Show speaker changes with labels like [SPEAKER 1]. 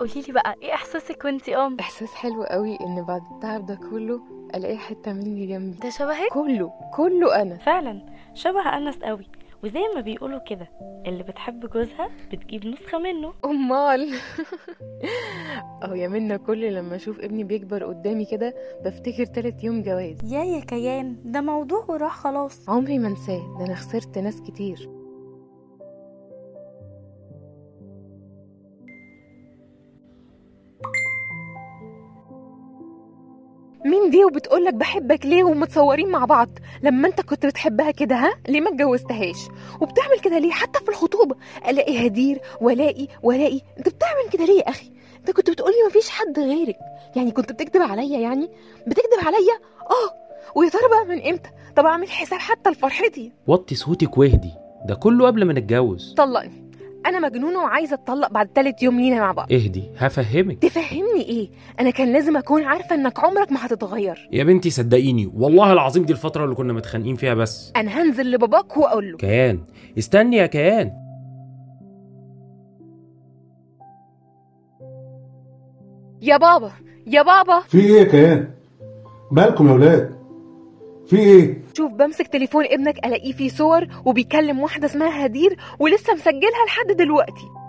[SPEAKER 1] قولي لي بقى
[SPEAKER 2] إيه
[SPEAKER 1] ايه احساسك وانتي ام
[SPEAKER 3] احساس حلو قوي ان بعد التعب ده كله الاقي حته مني جنبي
[SPEAKER 1] ده شبهك
[SPEAKER 3] كله كله انا
[SPEAKER 2] فعلا شبه أنس قوي وزي ما بيقولوا كده اللي بتحب جوزها بتجيب نسخة منه
[SPEAKER 3] امال او يا منا كل لما اشوف ابني بيكبر قدامي كده بفتكر تالت يوم جواز
[SPEAKER 4] يا يا كيان ده موضوع وراح خلاص
[SPEAKER 3] عمري ما انساه ده انا خسرت ناس كتير مين دي وبتقولك بحبك ليه ومتصورين مع بعض لما انت كنت بتحبها كده ها ليه ما اتجوزتهاش وبتعمل كده ليه حتى في الخطوبه الاقي هدير والاقي والاقي انت بتعمل كده ليه يا اخي انت كنت بتقولي مفيش حد غيرك يعني كنت بتكذب عليا يعني بتكذب عليا اه ويا ترى بقى من امتى طب اعمل حساب حتى لفرحتي
[SPEAKER 5] وطي صوتك واهدي ده كله قبل ما نتجوز
[SPEAKER 3] طلقني انا مجنونه وعايزه اتطلق بعد تالت يوم لينا مع بعض
[SPEAKER 5] اهدي هفهمك
[SPEAKER 3] تفهمني ايه انا كان لازم اكون عارفه انك عمرك ما هتتغير
[SPEAKER 5] يا بنتي صدقيني والله العظيم دي الفترة اللي كنا متخانقين فيها بس
[SPEAKER 3] انا هنزل لباباك واقول له
[SPEAKER 5] كيان استني يا كيان
[SPEAKER 3] يا بابا يا بابا
[SPEAKER 6] في ايه يا كيان مالكم يا ولاد في ايه
[SPEAKER 3] شوف بمسك تليفون ابنك الاقيه فيه صور وبيكلم واحده اسمها هدير ولسه مسجلها لحد دلوقتي